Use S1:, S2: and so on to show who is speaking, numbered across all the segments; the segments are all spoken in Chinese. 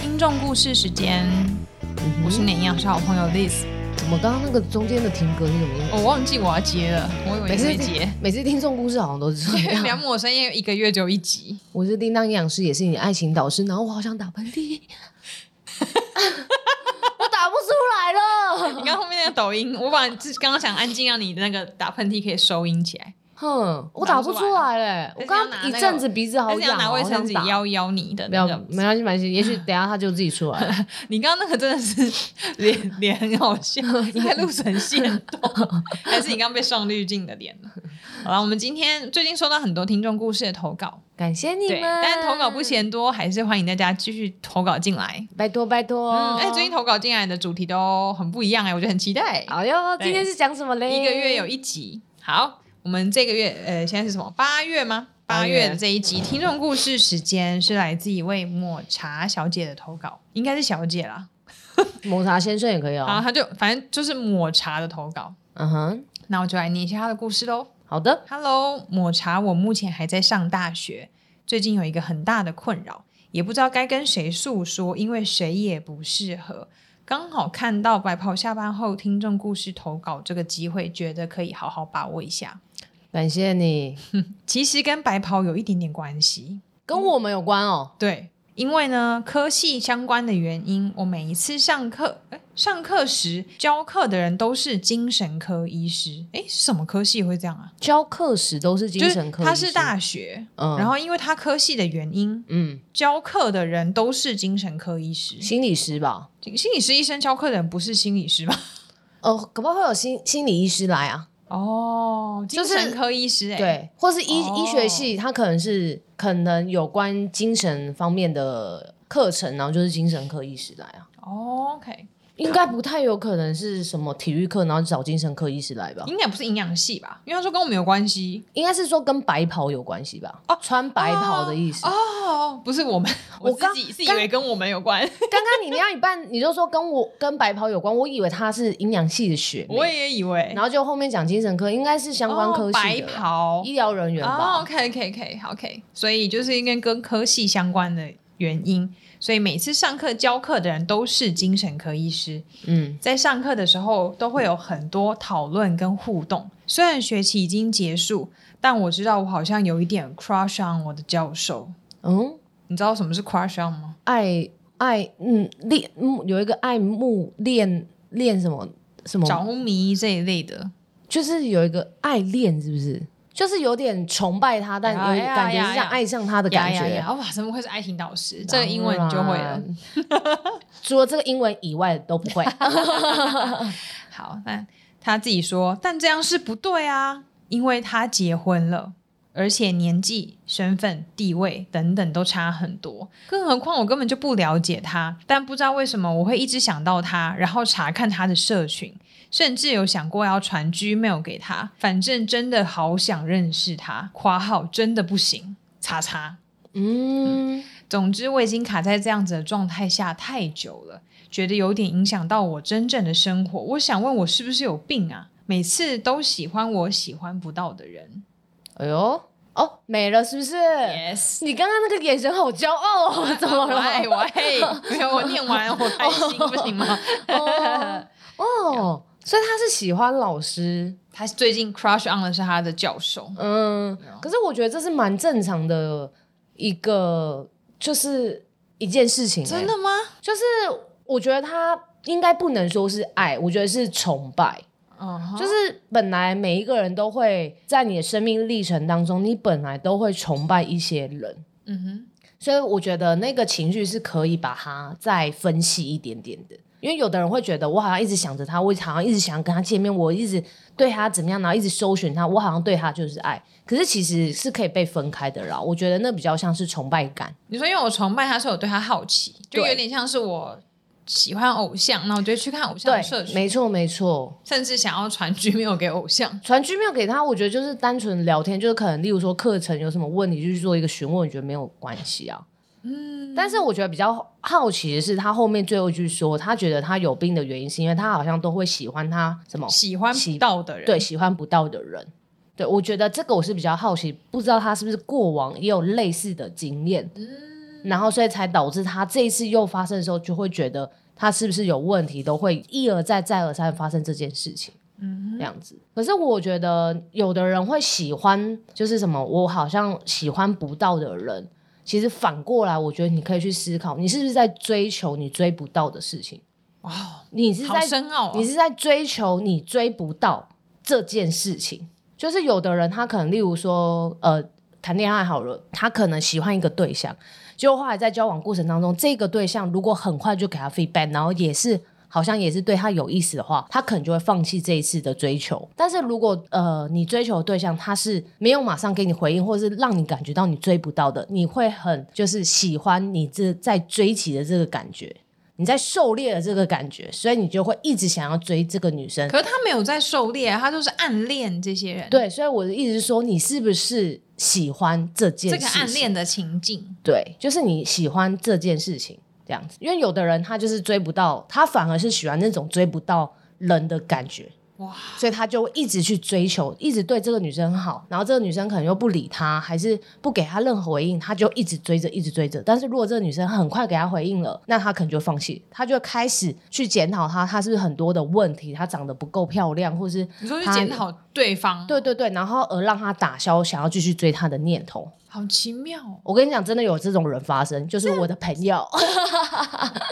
S1: 听众故事时间，
S2: 嗯
S1: 我是你营养师好朋友 Liz，、
S2: 怎么刚刚那个中间的停格是怎么样？
S1: 我忘记我要接了，哦我以为
S2: 每
S1: 你
S2: 次
S1: 没 接。
S2: 每次听众故事好像都是这
S1: 梁
S2: 样。
S1: 某生因为一个月只有一集，
S2: 我是叮当营养师，也是你的爱情导师，然后我好想打喷嚏， 我打不出来了。
S1: 你看后面那个抖音，我把自刚刚想安静让你的那个打喷嚏可以收音起来，
S2: 哼，我打不出来嘞。
S1: 还
S2: 我
S1: 是要拿
S2: 刚
S1: 那
S2: 刚
S1: 个
S2: 一阵子鼻子好
S1: 但是要
S2: 痒，哦
S1: 拿
S2: 好
S1: 卫生
S2: 想
S1: 纸
S2: 打。嗯
S1: 邀一邀你的
S2: 不
S1: 那
S2: 要，
S1: 个。
S2: 没关系，没 关系，也许等一下他就自己出来了。
S1: 你刚刚那个真的是脸脸很好笑， 在录成线动，还是你刚被上滤镜的脸了？好了，我们今天最近收到很多听众故事的投稿，
S2: 感谢你
S1: 对，
S2: 们，
S1: 但投稿不，嫌多，还是欢迎大家继续投稿进来。
S2: 拜托拜托。
S1: 嗯，哎、最近投稿进来的主题都很不一样哎、我觉得很期待。
S2: 哎呦，
S1: 对
S2: 今天是讲什么嘞？
S1: 一个月有一集，好，我们这个月呃，现在是什么？八月吗？八
S2: 八月
S1: 月的这一集听众故事时间是来自一位抹茶小姐的投稿，应该是小姐啦。
S2: 抹茶先生也可以
S1: 然后
S2: 哦。
S1: 她就反正就是抹茶的投稿，
S2: 嗯哼，
S1: 那我就来念一下她的故事喽。
S2: 好的，
S1: Hello，抹茶，我目前还在上大学，最近有一个很大的困扰，也不知道该跟谁诉说，因为谁也不适合。刚好看到白袍下班后听众故事投稿这个机会，觉得可以好好把握一下。
S2: 感谢你，
S1: 其实跟白袍有一点点关系，
S2: 跟我们有关哦。
S1: 对，因为呢科系相关的原因，我每一次上课，诶上课时教课的人都是精神科医师。诶，是什么科系会这样啊？
S2: 教课时都是精神科
S1: 就是
S2: 医师，
S1: 他是大学，
S2: 嗯
S1: 然后因为他科系的原因，
S2: 嗯
S1: 教课的人都是精神科医师。
S2: 心理师吧？
S1: 心理师医生教课的人不是心理师吗？
S2: 哦，搞不好会有心心理医师来啊？
S1: 哦，精
S2: 就是
S1: 神科医师、欸，
S2: 对，或是医、
S1: 哦
S2: 医学系，他可能是可能有关精神方面的课程，然后就是精神科医师来啊。
S1: 哦，OK，
S2: 应该不太有可能是什么体育课，然后找精神科医师来吧？
S1: 应该不是营养系吧？因为他说跟我们有关系。
S2: 应该是说跟白袍有关系吧？穿白袍的意思。
S1: 哦，不是我们，
S2: 我
S1: 我自
S2: 刚
S1: 己是以为跟我们有关，
S2: 刚刚你那一半，你就说跟我跟白袍有关，我以为他是营养系的学妹
S1: 我也以为
S2: 然后就后面讲精神科，应该是相关科
S1: 哎哦
S2: 系
S1: 白
S2: 的啦、
S1: 袍。
S2: 医疗人员吧。
S1: 哦，OK，OK，OK，好，OK，所以就是应该跟科系相关的原因，所以每次上课教课的人都是精神科医师。
S2: 嗯，
S1: 在上课的时候都会有很多讨论跟互动。虽然学期已经结束，但我知道我好像有一点 crush on 我的教授。
S2: 嗯，
S1: 你知道什么是 crush on 吗？
S2: 爱爱嗯恋嗯有一个爱慕恋恋什么什
S1: 着
S2: 么，
S1: 迷这一类的，
S2: 就是有一个爱恋，是不是？就是有点崇拜他，但
S1: 呀
S2: 有
S1: 哎呀
S2: 感觉
S1: 呀
S2: 是像
S1: 呀
S2: 爱上他的感觉。
S1: 呀呀呀！哇，怎么会是爱情导师？这个英文你就会了。
S2: 当然。除了这个英文以外 都不会。
S1: 好，但他自己说，但这样是不对啊，因为他结婚了，而且年纪、身份、地位等等都差很多，更何况我根本就不了解他，但不知道为什么我会一直想到他，然后查看他的社群。甚至有想过要传 Gmail 给他，反正真的好想认识他。括号真的不行，叉叉。
S2: 嗯，
S1: 总之，我已经卡在这样子的状态下太久了，觉得有点影响到我真正的生活。我想问，我是不是有病啊？每次都喜欢我喜欢不到的人。
S2: 哎呦，哦，美了是不是
S1: Yes，
S2: 你刚刚那个眼神好骄傲哦， 怎么
S1: 我
S2: 了？
S1: 哎爱我爱，没有我念完我开心不行吗？
S2: 哦哦，所以他是喜欢老师，
S1: 他最近 crush on 的是他的教授，
S2: 嗯，
S1: 啊
S2: 可是我觉得这是蛮正常的一个，就是一件事情、欸，
S1: 真，的吗？
S2: 就是我觉得他应该不能说是爱，我觉得是崇拜。
S1: 嗯哼，
S2: 就是本来每一个人都会在你的生命历程当中，你本来都会崇拜一些人，
S1: 嗯哼，
S2: 所以我觉得那个情绪是可以把它再分析一点点的。因为有的人会觉得，我好像一直想着他，我好像一直想跟他见面，我一直对他怎么样，然后一直搜寻他，我好像对他就是爱。可是其实是可以被分开的啦。我觉得那比较像是崇拜感。
S1: 你说因为我崇拜他，所以我对他好奇，就
S2: 对
S1: 有点像是我喜欢偶像，那我就去看偶像
S2: 对
S1: 的社，群，
S2: 没错没错。
S1: 甚至想要传 Gmail 给偶像。
S2: 传 Gmail 给他，我觉得就是单纯聊天，就是可能例如说课程有什么问题，就去做一个询问，我觉得没有关系啊。嗯，但是我觉得比较好奇的是，他后面最后一句说，他觉得他有病的原因是因为他好像都会喜欢他什么
S1: 喜欢不到的人，
S2: 对喜欢不到的人。对，我觉得这个我是比较好奇，不知道他是不是过往也有类似的经验。然后所以才导致他这一次又发生的时候，就会觉得他是不是有问题，都会一而再再而三地发生这件事情。嗯，这样子。可是我觉得有的人会喜欢，就是什么，我好像喜欢不到的人。其实反过来，我觉得你可以去思考，你是不是在追求你追不到的事情？
S1: 哇，
S2: 你是
S1: 好
S2: 在
S1: 深奥、啊
S2: 你是在追求你追不到这件事情。就是有的人他可能，例如说，呃，谈恋爱好了，他可能喜欢一个对象，结果后来在交往过程当中，这个对象如果很快就给他 feedback，然后也是。好像也是对他有意思的话，他可能就会放弃这一次的追求。但是如果呃，你追求的对象他是没有马上给你回应，或者是让你感觉到你追不到的，你会很就是喜欢你这在追起的这个感觉，你在狩猎的这个感觉，所以你就会一直想要追这个女生。
S1: 可是他没有在狩猎，啊他就是暗恋这些人，，
S2: 对，所以我的意思是说，你是不是喜欢这件
S1: 这
S2: 事
S1: 个
S2: 情？
S1: 暗恋的情境，
S2: 对，就是你喜欢这件事情这样子，因为有的人他就是追不到，他反而是喜欢那种追不到人的感觉，
S1: 哇，
S2: 所以他就会一直去追求，一直对这个女生好，然后这个女生可能又不理他，还是不给他任何回应，他就一直追着，一直追着。但是如果这个女生很快给他回应了，那他可能就放弃，他就开始去检讨他，他是不是很多的问题，他长得不够漂亮，或是
S1: 你说去
S2: 他
S1: 检讨对方，，
S2: 对对对，然后而让他打消想要继续追她的念头。
S1: 好奇妙、 哦，
S2: 我跟你讲，真的有这种人发生，就是我的朋友，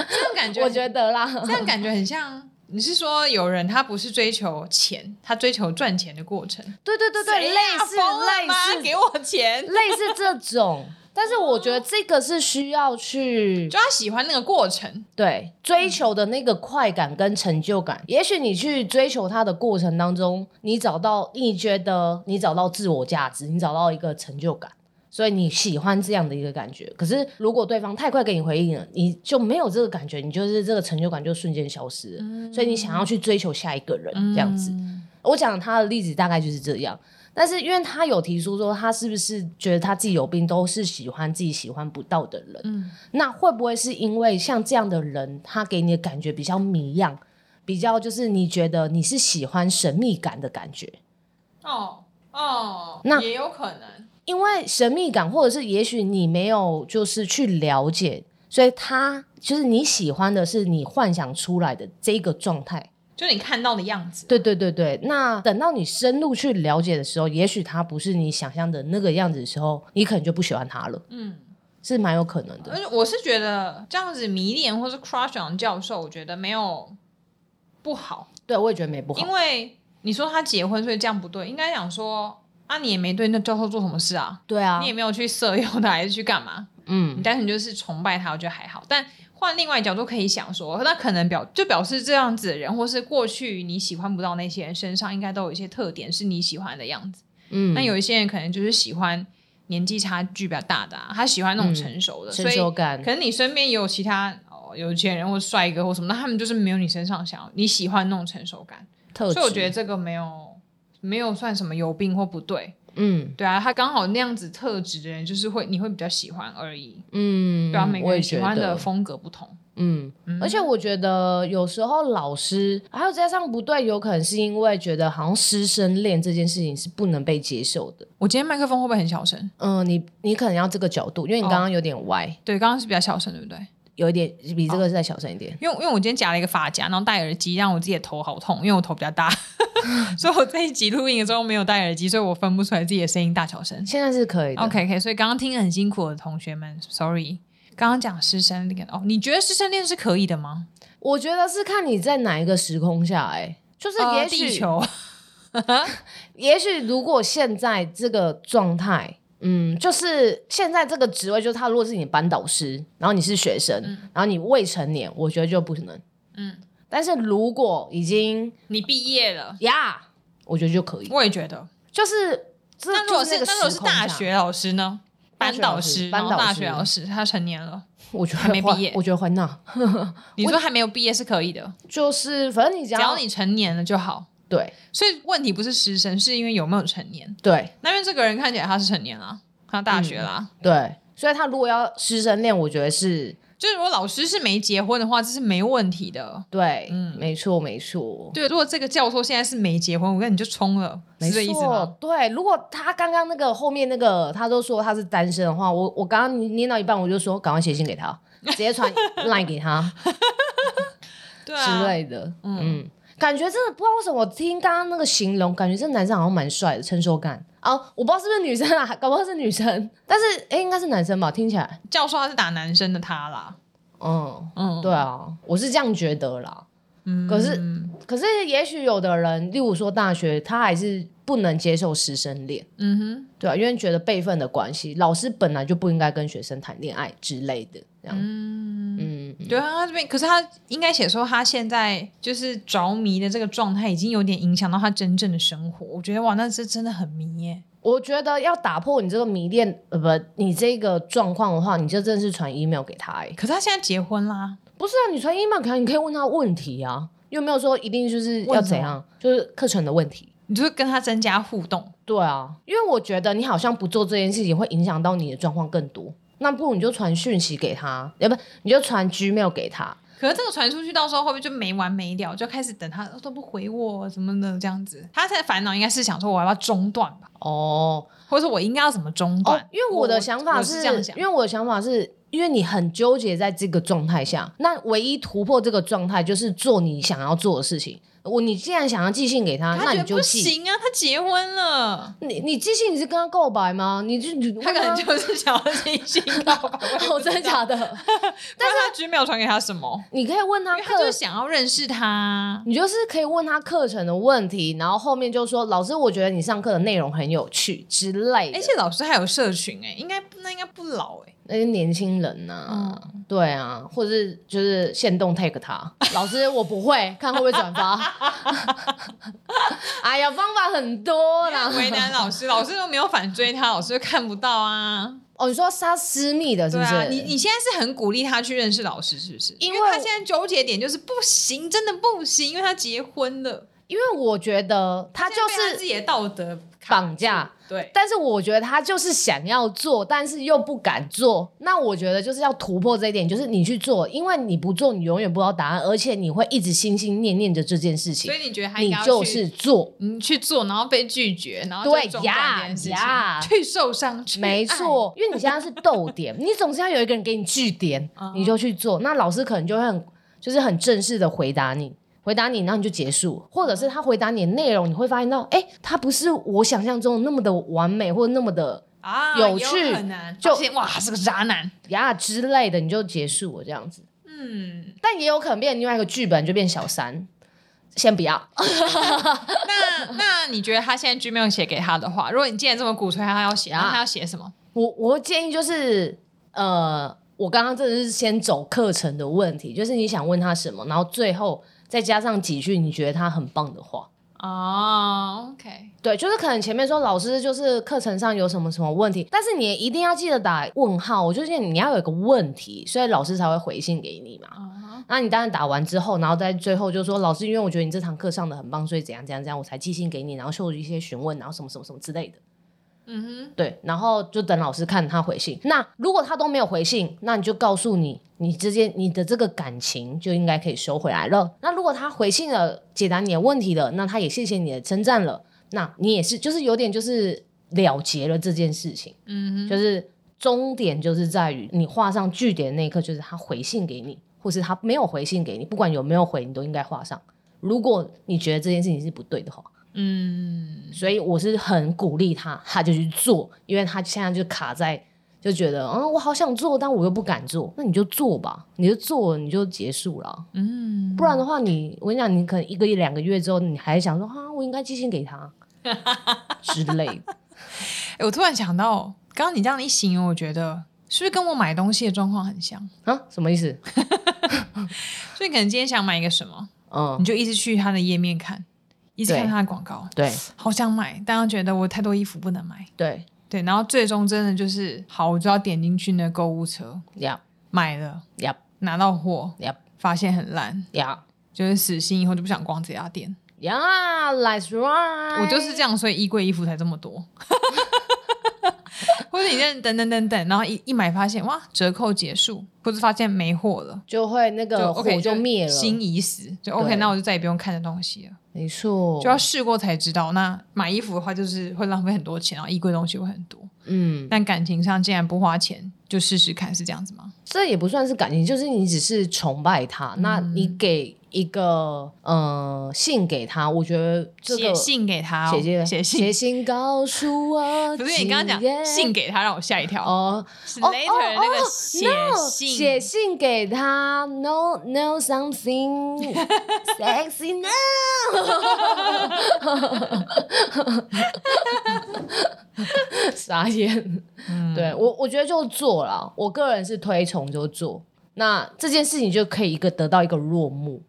S1: 这样感觉，
S2: 我觉得啦，
S1: 这样感觉很像。你是说有人他不是追求钱，他追求赚钱的过程？
S2: 对对对 对，
S1: 谁
S2: 类
S1: 呀
S2: 似
S1: 疯了吗
S2: 类似
S1: 给我钱，
S2: 类似这 种，但是我觉得这个是需要去
S1: 就他喜欢那个过程，
S2: 对追求的那个快感跟成就感。也许你去追求它的过程当中，你找到你觉得你找到自我价值，你找到一个成就感。所以你喜欢这样的一个感觉，可是如果对方太快给你回应了，你就没有这个感觉，你就是这个成就感就瞬间消失了。所以你想要去追求下一个人这样子，
S1: 嗯
S2: 我讲他的例子大概就是这样。但是因为他有提出说，他是不是觉得他自己有病，都是喜欢自己喜欢不到的人？
S1: 嗯
S2: 那会不会是因为像这样的人，他给你的感觉比较迷样，比较就是你觉得你是喜欢神秘感的感觉？
S1: 哦哦，
S2: 那
S1: 也有可能，
S2: 因为神秘感，或者是也许你没有就是去了解，所以他就是你喜欢的是你幻想出来的这个状态。
S1: 就你看到的样子，
S2: 对对对对，那等到你深入去了解的时候，也许他不是你想象的那个样子的时候，你可能就不喜欢他了，
S1: 嗯。
S2: 是蛮有可能
S1: 而
S2: 的。
S1: 且我是觉得这样子迷恋或是 crush on 教授，我觉得没有不好，
S2: 对，我也觉得没不好
S1: 因。为你说他结婚，所以这样不对，应该想说啊，你也没对那教授做什么事啊，
S2: 对啊
S1: 你，也没有去色诱他，还是去干嘛？你
S2: 嗯，
S1: 单纯就是崇拜他，我觉得还好。但换另外角度可以想说，那可能表就表示这样子的人，或是过去你喜欢不到那些人身上，应该都有一些特点是你喜欢的样子。
S2: 嗯
S1: 那有一些人可能就是喜欢年纪差距比较大的、啊，他喜欢那种
S2: 嗯
S1: 成熟的，
S2: 成
S1: 所以
S2: 就感
S1: 可能你身边也有其他哦有钱人或帅哥或什么，那他们就是没有你身上想要你喜欢那种成熟感，
S2: 特质，
S1: 所以我觉得这个没有没有算什么有病或不对，
S2: 嗯
S1: 对啊，他刚好那样子特质的人，就是会你会比较喜欢而已，
S2: 嗯，
S1: 对啊，每个
S2: 我也
S1: 人喜
S2: 觉
S1: 欢的
S2: 得，
S1: 风格不同，
S2: 嗯，而且我觉得有时候老师还有加上不对，有可能是因为觉得好像师生恋这件事情是不能被接受的。
S1: 我今天麦克风会不会很小声？
S2: 嗯，你你可能要这个角度，因为你
S1: 哦
S2: 刚刚有点歪，
S1: 对，刚刚是比较小声，对不对？
S2: 有一点比这个再小声一点。
S1: 因为因为我今天夹了一个发夹，然后戴耳机，让我自己的头好痛，因为我头比较大， 所以我这一集录音的时候没有戴耳机，所以我分不出来自己的声音大小声。
S2: 现在是可以的。
S1: OK OK，所以刚刚听得很辛苦的同学们，Sorry，刚刚讲师生恋哦，你觉得师生恋是可以的吗？
S2: 我觉得是看你在哪一个时空下、哎，就是
S1: 呃
S2: 也
S1: 地
S2: 许、
S1: 球，
S2: 也许如果现在这个状态，嗯，就是现在这个职位，就是他如果是你班导师，然后你是学生，然后你未成年，我觉得就不可能。
S1: 嗯，
S2: 但是如果已经
S1: 你毕业了，
S2: 呀我觉得就可以，
S1: 我也觉得。
S2: 就是这
S1: 那如果
S2: 就是那个
S1: 那如果是
S2: 时空下
S1: 大，学老师呢？
S2: 大
S1: 班
S2: 学
S1: 导
S2: 老师
S1: 师，
S2: 班
S1: 然后
S2: 导
S1: 大
S2: 师
S1: 学老师，他成年了，
S2: 我觉得
S1: 还没
S2: 会
S1: 毕业
S2: 我觉得会那，
S1: 你说还没有毕业是可以的，
S2: 就是反正你
S1: 只
S2: 只要
S1: 要你成年了就好。
S2: 对
S1: 所以问题不是师生，是因为有没有成年。
S2: 对
S1: 那因为这个
S2: 嗯
S1: 人看起来他是成年啦，他大学啦，
S2: 对，所以他如果要师生恋，我觉得是
S1: 就是如果老师是没结婚的话，这是没问题的。
S2: 对，
S1: 嗯
S2: 没错，没错。
S1: 对，如果这个教授现在是没结婚，我跟你就冲了，
S2: 没
S1: 是这意思吗？
S2: 错，对。如果他刚刚那个后面那个，他都说他是单身的话，我我刚刚念到一半，我就说赶快写信给他，直 接传 line 给他
S1: 对啊，
S2: 之类的。
S1: 嗯
S2: 嗯感觉真的不知道为什么，我听刚刚那个形容，感觉这男生好像蛮帅的，成熟感啊，我不知道是不是女生啊，搞不好是女生，但是哎、诶应该是男生吧，听起来，
S1: 教授他是打男生的他啦，
S2: 嗯，
S1: 嗯，
S2: 对啊，我是这样觉得啦。
S1: 嗯，
S2: 可是可是，也许有的人，例如说大学，他还是不能接受师生恋，
S1: 嗯哼，
S2: 对啊，因为觉得辈分的关系，老师本来就不应该跟学生谈恋爱之类的，这样，
S1: 嗯。
S2: 嗯，
S1: 对啊，他这边可是他应该写说他现在就是着迷的这个状态已经有点影响到他真正的生活。我觉得哇，那是真的很迷耶。
S2: 我觉得要打破你这个迷恋，呃，不，你这个状况的话，你就正式传 email 给他、欸，
S1: 可是他现在结婚啦，
S2: 不是啊，你传 email 给他，你可以问他问题啊，又没有说一定就是
S1: 问什
S2: 要
S1: 么
S2: 怎样，就是课程的问题。
S1: 你就跟他增加互动。
S2: 对啊，因为我觉得你好像不做这件事情会影响到你的状况更多，那不如你就传讯息给他，要不你就传 Gmail 给他。
S1: 可是这个传出去，到时候会不会就没完没了？就开始等他哦都不回我什么的这样子，他现在烦恼应该是想说我要不要中断吧，
S2: 哦
S1: 或者说我应该要怎么中断？
S2: 哦，因为我的想法
S1: 我
S2: 是，
S1: 是这样想
S2: 因，为我的想法是。因为你很纠结在这个状态下，那唯一突破这个状态就是做你想要做的事情。我你既然想要寄信给他，
S1: 他
S2: 那
S1: 觉
S2: 你
S1: 得
S2: 就
S1: 不
S2: 寄。
S1: 行啊，他结婚了，
S2: 你你寄信你是跟他告白吗？你就你
S1: 他可能就是想要啊进行告白，
S2: 哦，真的假的？
S1: 但是他居没有传给他什么。
S2: 你可以问他
S1: 因为他
S2: 课
S1: 就是想要认识他，
S2: 你就是可以问他课程的问题，然后后面就说老师，我觉得你上课的内容很有趣之类的。
S1: 而且哎老师还有社群哎、应该那应该不老哎、
S2: 那些年轻人呐、对啊，或者是就是限动 take 他，老师我不会，看会不会转发。 哎呀，方法很多啦。
S1: 为难老 师，老师都没有反追他，老师就看不到啊。
S2: 哦，你说他私密的是
S1: 对
S2: 不是？
S1: 啊，你你现在是很鼓励他去认识老师，是不是？
S2: 因为
S1: 为他现在纠结点就是不行，真的不行，因为他结婚了，
S2: 因为我觉得他
S1: 他
S2: 就
S1: 被他
S2: 是
S1: 自己的道德卡
S2: 绑架。
S1: 对。
S2: 但是我觉得他就是想要做，但是又不敢做。那我觉得就是要突破这一点，就是你去做，因为你不做，你永远不知道答案，而且你会一直心心念念着这件事情
S1: 所，以你觉得他应
S2: 你
S1: 该要去
S2: 就是做。
S1: 你去做，然后被拒绝，然后就
S2: 对
S1: 中断
S2: 呀
S1: 这件事
S2: 呀
S1: 情，去受伤，去
S2: 没错，因为你现在是逗点，你总是要有一个人给你据点
S1: 嗯，
S2: 你就去做。那老师可能就会很就是很正式的回答你，回答你，然后你就结束，或者是他回答你的内容，你会发现到，哎，他不是我想象中的那么的完美，或者那么的
S1: 爱啊，
S2: 有
S1: 也
S2: 趣
S1: 很难，
S2: 就
S1: 发现哇是个渣男，
S2: 呀之类的，你就结束了这样子。
S1: 嗯，
S2: 但也有可能变另外一个剧本，就变小三。先不要，
S1: 那那你觉得他现在 Gmail 写给他的话，如果你既然这么鼓吹他要写，
S2: 啊
S1: 那他要写什么？
S2: 我我会建议就是，呃，我刚刚真的是先走课程的问题，就是你想问他什么，然后最后再加上几句你觉得他很棒的话。啊
S1: 哦，OK，
S2: 对，就是可能前面说老师就是课程上有什么什么问题，但是你一定要记得打问号，我就是你要有一个问题，所以老师才会回信给你嘛。
S1: 哦，
S2: 那你当然打完之后，然后在最后就说老师，因为我觉得你这堂课上的很棒，所以怎样怎样怎样，我才寄信给你，然后秀一些询问，然后什么什么什么之类的。
S1: 嗯
S2: 对，然后就等老师看他回信。那如果他都没有回信，那你就告诉你，你之间你的这个感情就应该可以收回来了。那如果他回信了，解答你的问题了，那他也谢谢你的称赞了，那你也是就是有点就是了结了这件事情，
S1: 哼，嗯哼，
S2: 就是终点就是在于你画上句点那一刻，就是他回信给你，或是他没有回信给你，不管有没有回，你都应该画上。如果你觉得这件事情是不对的话，
S1: 嗯，
S2: 所以我是很鼓励他，他就去做，因为他现在就卡在就觉得，嗯，我好想做，但我又不敢做，那你就做吧，你就做了，你就结束了，
S1: 嗯，
S2: 不然的话你，我跟你讲，你可能一个月两个月之后，你还想说，啊，我应该寄信 给他之类的，
S1: 诶哎我突然想到，刚刚你这样一形容，我觉得是不是跟我买东西的状况很像？
S2: 啊，什么意思？
S1: 所以可能今天想买一个什么，
S2: 嗯
S1: 你，就一直去他的页面看，一直
S2: 对
S1: 看他的广告，
S2: 对
S1: 好想买，但又觉得我太多衣服不能买，
S2: 对，
S1: 对，然后最终真的就是，好，我就要点进去那购物车，
S2: 呀
S1: 买了，
S2: 呀
S1: 拿到货，
S2: 呀
S1: 发现很烂，
S2: 呀
S1: 就是死心以后就不想逛这家店。
S2: 呀，That's right，
S1: 我就是这样，所以衣柜衣服才这么多。或者你认等等等等，然后一一买发现哇折扣结束，或者发现没货了，
S2: 就会那
S1: 就
S2: 个火
S1: OK
S2: 就灭了。
S1: 心已死，就 OK，
S2: 对
S1: 那我就再也不用看这东西了，
S2: 没错，
S1: 就要试过才知道。那买衣服的话，就是会浪费很多钱，然后衣柜东西会很多，
S2: 嗯，
S1: 但感情上既然不花钱，就试试看，是这样子吗？
S2: 这也不算是感情，就是你只是崇拜他，
S1: 嗯
S2: 那你给一个呃信给他，我觉得这
S1: 写
S2: 个
S1: 信给他、哦，
S2: 写信
S1: 写信，
S2: 写信告诉我，
S1: 不是你刚刚
S2: 今
S1: 讲
S2: 夜
S1: 信给他，让我吓一跳。
S2: 哦。
S1: 是
S2: 哦
S1: later 的那个写
S2: no，
S1: 信，
S2: 写信给他，no no something sexy no，傻眼。
S1: 嗯
S2: 对我，我觉得就做了。我个人是推崇就做，那这件事情就可以一个得到一个落幕，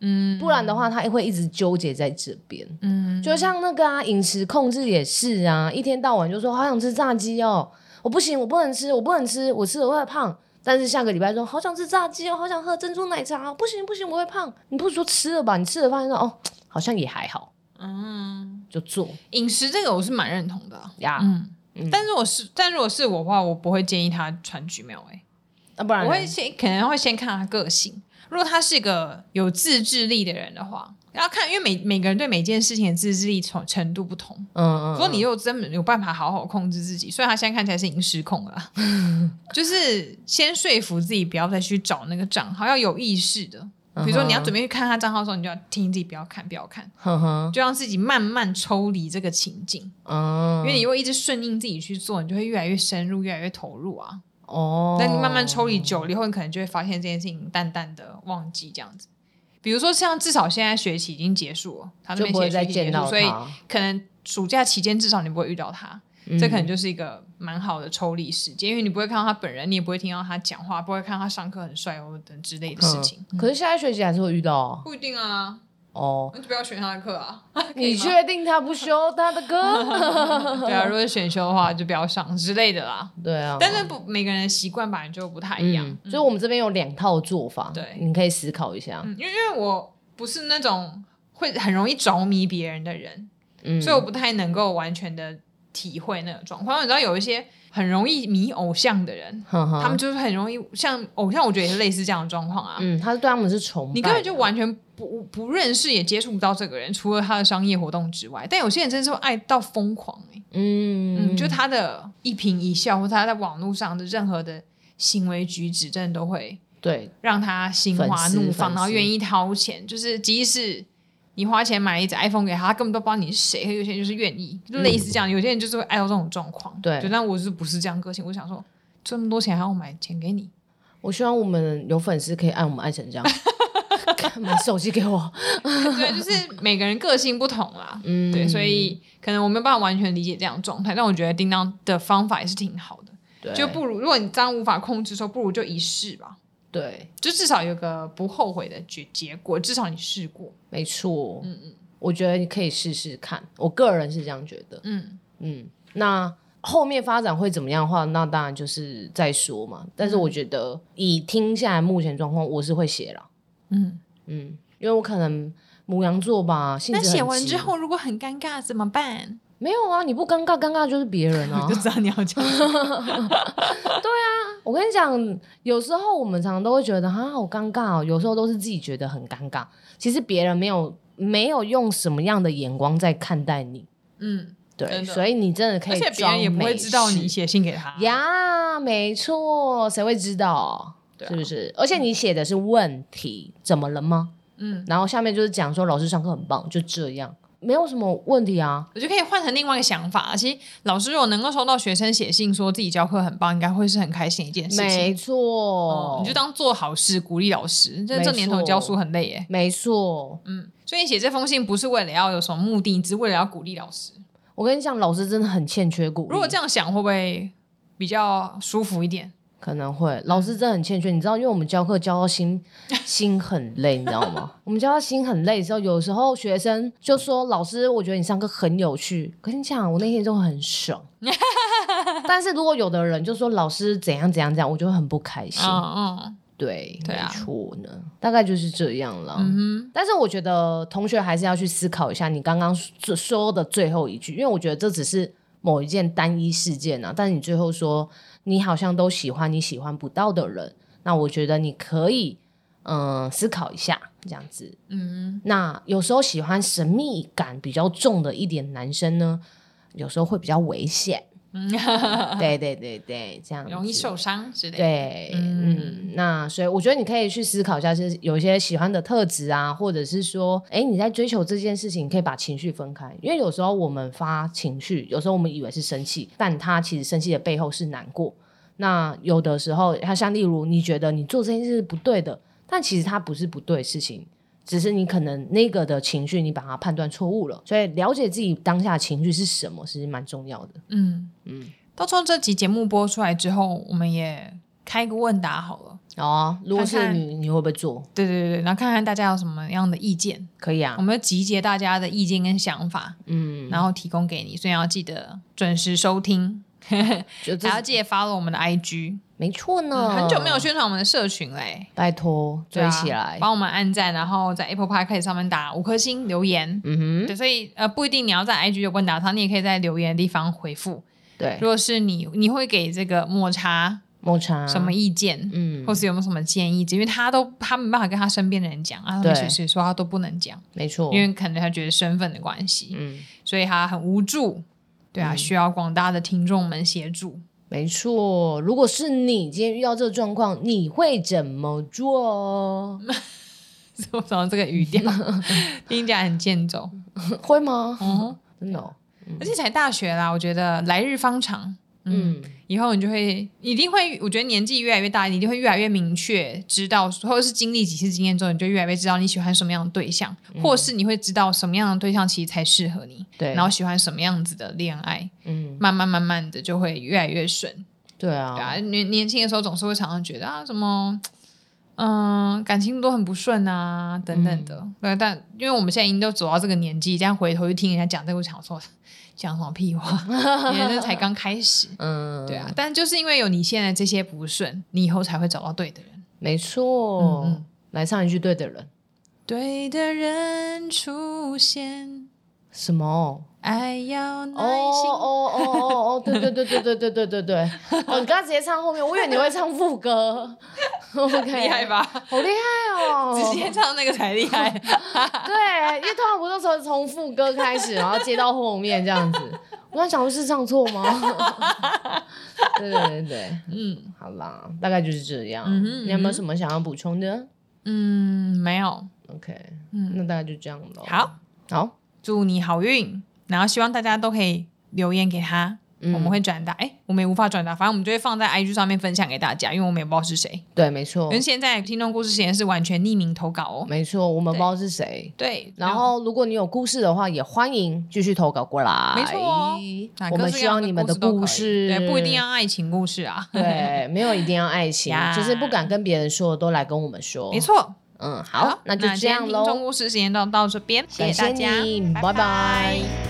S1: 嗯
S2: 不然的话，他会一直纠结在这边。
S1: 嗯，
S2: 就像那个啊，饮食控制也是啊，一天到晚就说好想吃炸鸡哦，我不行，我不能吃，我不能吃，我吃了会胖。但是下个礼拜说好想吃炸鸡哦，好想喝珍珠奶茶哦，不行不行，我会胖。你不是说吃了吧？你吃了发现说哦，好像也还好，
S1: 嗯，
S2: 就做
S1: 饮食这个我是蛮认同的啊、
S2: 呀。
S1: 嗯，
S2: 嗯
S1: 但如果是但如果是我的话，我不会建议他传橘苗、欸，
S2: 那、不然
S1: 我
S2: 呢
S1: 会先可能会先看他个性。如果他是一个有自制力的人的话，要看，因为每每个人对每件事情的自制力程程度不同。
S2: 嗯嗯
S1: 不过你又真的有办法好好控制自己，虽然他现在看起来是已经失控了 啦，就是先说服自己不要再去找那个账号，要有意识的。
S2: 嗯
S1: 比如说你要准备去看他账号的时候，你就要提醒自己不要看，不要看，
S2: 哼哼
S1: 就让自己慢慢抽离这个情境。
S2: 嗯，
S1: 因为你如果一直顺应自己去做，你就会越来越深入，越来越投入啊。
S2: 哦，
S1: 但你慢慢抽离久了以后，你可能就会发现这件事情淡淡的忘记这样子。比如说，像至少现在学期已经结束了，他那
S2: 就
S1: 边
S2: 不会
S1: 写
S2: 再
S1: 学期结
S2: 见
S1: 束，
S2: 到
S1: 所以
S2: 他，
S1: 可能暑假期间至少你不会遇到他，
S2: 嗯
S1: 这可能就是一个蛮好的抽离时间，因为你不会看到他本人，你也不会听到他讲话，不会看到他上课很帅或等之类的事情。
S2: 可是下一学期还是会遇到啊
S1: 不一定啊，
S2: 哦。
S1: 那就不要选他的课 啊。
S2: 你确定他不修他的 歌？
S1: 对啊，如果是选修的话，就不要上之类的啦。
S2: 对啊，
S1: 但是不每个人的习惯本来就不太一样，
S2: 嗯，所以我们这边有两套做法，
S1: 对
S2: 你可以思考一下。
S1: 嗯，因为因为我不是那种会很容易着迷别人的人，
S2: 嗯，
S1: 所以我不太能够完全的体会那个状况。你知道有一些很容易迷偶像的人，
S2: 哼哼
S1: 他们就是很容易像偶像，我觉得也是类似这样的状况啊。
S2: 嗯，他对他们是崇拜的，
S1: 你根本就完全不不认识，也接触不到这个人，除了他的商业活动之外。但有些人真是会爱到疯狂哎、
S2: 嗯
S1: 嗯，就他的一颦一笑，或他在网络上的任何的行为举止，真的都会
S2: 对
S1: 让他心花
S2: 粉丝
S1: 怒放，
S2: 粉丝
S1: 然后愿意掏钱。就是即使你花钱买一只 iPhone 给他，他根本都不知道你是谁。可有些人就是愿意，就类似这样。有些人就是会爱到这种状况。
S2: 嗯对
S1: 就但我是不是这样个性？我想说，这么多钱还要我买钱给 你？
S2: 我希望我们有粉丝可以爱我们爱成 这样，买手机给我，
S1: 对，就是每个人个性不同啦。
S2: 嗯，
S1: 对，所以可能我没有办法完全理解这样的状态，但我觉得叮当的方法也是挺好的。
S2: 对
S1: 就不如，如果你这样无法控制的时候，不如就一试吧，
S2: 对，
S1: 就至少有个不后悔的结结果，至少你试过。
S2: 没错，
S1: 嗯嗯
S2: 我觉得你可以试试看，我个人是这样觉得，
S1: 嗯，
S2: 嗯，那后面发展会怎么样的话，那当然就是再说嘛。但是我觉得以听下来目前状况，我是会写了，
S1: 嗯，
S2: 嗯，因为我可能母羊座吧，性
S1: 那
S2: 质很
S1: 写完
S2: 急
S1: 之后如果很尴尬怎么办？
S2: 没有啊，你不尴尬，尴尬就是别人啊
S1: 我就。知道你要讲，
S2: 我跟你讲，有时候我们常常都会觉得啊，好尴尬哦。有时候都是自己觉得很尴尬，其实别人没有没有用什么样的眼光在看待你，
S1: 嗯，
S2: 对，
S1: 真的
S2: 所以你真的可
S1: 而
S2: 以，
S1: 且别人也不会知道你写信给他，
S2: 呀，没错，谁会知道？
S1: 对啊
S2: 是不是？而且你写的是问题，怎么了吗？
S1: 嗯，
S2: 然后下面就是讲说老师上课很棒，就这样，没有什么问题啊。
S1: 我就可以换成另外一个想法。其实老师如果能够收到学生写信说自己教课很棒，应该会是很开心的一件事情。
S2: 没错
S1: 哦，，你就当做好事，鼓励老师。这
S2: 没
S1: 这
S2: 错
S1: 年头教书很累耶。
S2: 没错。
S1: 嗯，所以你写这封信不是为了要有什么目的，只是为了要鼓励老师。
S2: 我跟你讲，老师真的很欠缺鼓励。
S1: 如果这样想，会不会比较舒服一点？
S2: 可能会，老师真的很欠缺，你知道，因为我们教课教 到心心很累，你知道吗？我们教到心很累的时候，有时候学生就说：“老师，我觉得你上课很有趣。”跟你讲，我那天就 很爽。但是如果有的人就说老师怎样怎样怎样，我就会很不开心。
S1: 嗯
S2: 对，
S1: 对啊
S2: 没错呢，大概就是这样啦。
S1: 嗯
S2: 但是我觉得同学还是要去思考一下你刚刚说说的最后一句，因为我觉得这只是某一件单一事件啊，但你最后说你好像都喜欢你喜欢不到的人，那我觉得你可以嗯、呃思考一下这样子。
S1: 嗯，
S2: 那有时候喜欢神秘感比较重的一点男生呢，有时候会比较 危险。对对对对，这样
S1: 嗯容易
S2: 子
S1: 受伤之类的。
S2: 对，嗯，那所以我觉得你可以去思考一下，就是有一些喜欢的特质啊，或者是说，哎，你在追求这件事情，你可以把情绪分开，因为有时候我们发情绪，有时候我们以为是生气，但他其实生气的背后是难过。那有的时候，他像例如，你觉得你做这件事是不对的，但其实它不是不对的事情，只是你可能那个的情绪，你把它判断错误了。所以了解自己当下情绪是什么，是蛮重要的。
S1: 嗯
S2: 嗯
S1: 嗯，到时候这集节目播出来之后，我们也开个问答好了。
S2: 哦，如果
S1: 看
S2: 是
S1: 看
S2: 你，你会不会做？
S1: 对对对，对然后看看大家有什么样的意见，
S2: 可以
S1: 我
S2: 啊，
S1: 们就集结大家的意见跟想法，
S2: 嗯，
S1: 然后提供给你。所以要记得准时收 听，
S2: 就这
S1: 还要记得 follow 我们的 IG。
S2: 没错呢、
S1: 嗯很久没有，宣传我们的社群嘞，
S2: 拜托
S1: 对
S2: 追
S1: 啊
S2: 起来。
S1: 帮我们按赞，然后在 Apple Podcast 上面打五颗星留言。
S2: 嗯哼，
S1: 对，所以呃，不一定你要在 IG 有问答他，你也可以在留言的地方回复。
S2: 对，
S1: 如果是你，你会给这个抹茶
S2: 抹茶
S1: 什么？意见，
S2: 嗯
S1: 或，是有没有什么建议？因为他都他没办法跟他身边的人讲啊，他
S2: 对
S1: 们其实说他都不能讲，
S2: 没错，
S1: 因为可能他觉得身份的关系，
S2: 嗯，
S1: 所以他很无助。对啊，需要广大的听众们协助。
S2: 没错。如果是你今天遇到这个状况，你会怎么做？
S1: 我怎么这个 语调听起来很欠揍？
S2: 会吗？
S1: 嗯，
S2: 真的哦、
S1: 而且才大学啦，我觉得来日方长。嗯，
S2: 嗯，
S1: 以后你就会一定会，我觉得年纪越来越大，你一定会越来越明确知道，或者是经历几次经验之后，你就越来越知道你喜欢什么样的对象，或是你会知道什么样的对象其实才适合你，
S2: 对，
S1: 然后喜欢什么样子的恋爱，
S2: 嗯，
S1: 慢慢慢慢的就会越来越顺。
S2: 对
S1: 对
S2: 啊，
S1: 啊，年年轻的时候总是会常常觉得啊什么。嗯，感情都很不顺啊，等等的。对，但因为我们现在已经都走到这个年纪，这样回头去听人家讲这个，我想说讲什么屁话， 你人生才刚开始。
S2: 嗯，
S1: 对啊，，但就是因为有你现在这些不顺，你以后才会找到对的人。
S2: 没
S1: 嗯
S2: 错。
S1: 嗯
S2: 来唱一句对的人，
S1: 对的人出现，
S2: 什么？
S1: 爱要
S2: 哦
S1: 耐心。
S2: 哦哦哦哦，对对对对对对对对对。哦，你刚刚直接唱后面，我以为你会唱副歌。OK，
S1: 厉害？吧？
S2: 好厉害哦！
S1: 直接唱那个才厉害。
S2: 对，因为通常不都是从副歌开始，然后接到后面这样子。我在想，我是唱错吗？对对对对，
S1: 嗯
S2: 好啦，大概就是这样。
S1: 嗯哼
S2: 你有没有
S1: 嗯哼
S2: 什么想要补充的
S1: 嗯，没有。
S2: ？OK，
S1: 嗯，
S2: 那大概就这样了。，
S1: 好，
S2: 好，
S1: 祝你好运，然后希望大家都可以留言给他，
S2: 嗯
S1: 我们会转达。哎，我们也无法转达，反正我们就会放在 IG 上面分享给大家，因为我们也不知道是谁。
S2: 对，没错
S1: 因为，现在听众故事实验是完全匿名投稿哦。
S2: 没错，我们不知道是谁。
S1: 对，
S2: 然后，如果你有故事的话，也欢迎继续投稿过来。
S1: 嗯没错哦哪
S2: 我
S1: 各
S2: 们
S1: 式
S2: 希
S1: 各样
S2: 望你们的
S1: 都可以
S2: 故事，
S1: 对，不一定要爱情故事啊。
S2: 对，没有一定要爱情，
S1: 呀
S2: 就是不敢跟别人说的都来跟我们说。
S1: 没， 错，
S2: 嗯，好，那就这样
S1: 今天听
S2: 喽
S1: 众。故事时间到到这边，谢
S2: 感
S1: 谢大家，
S2: 你，拜
S1: 拜
S2: 拜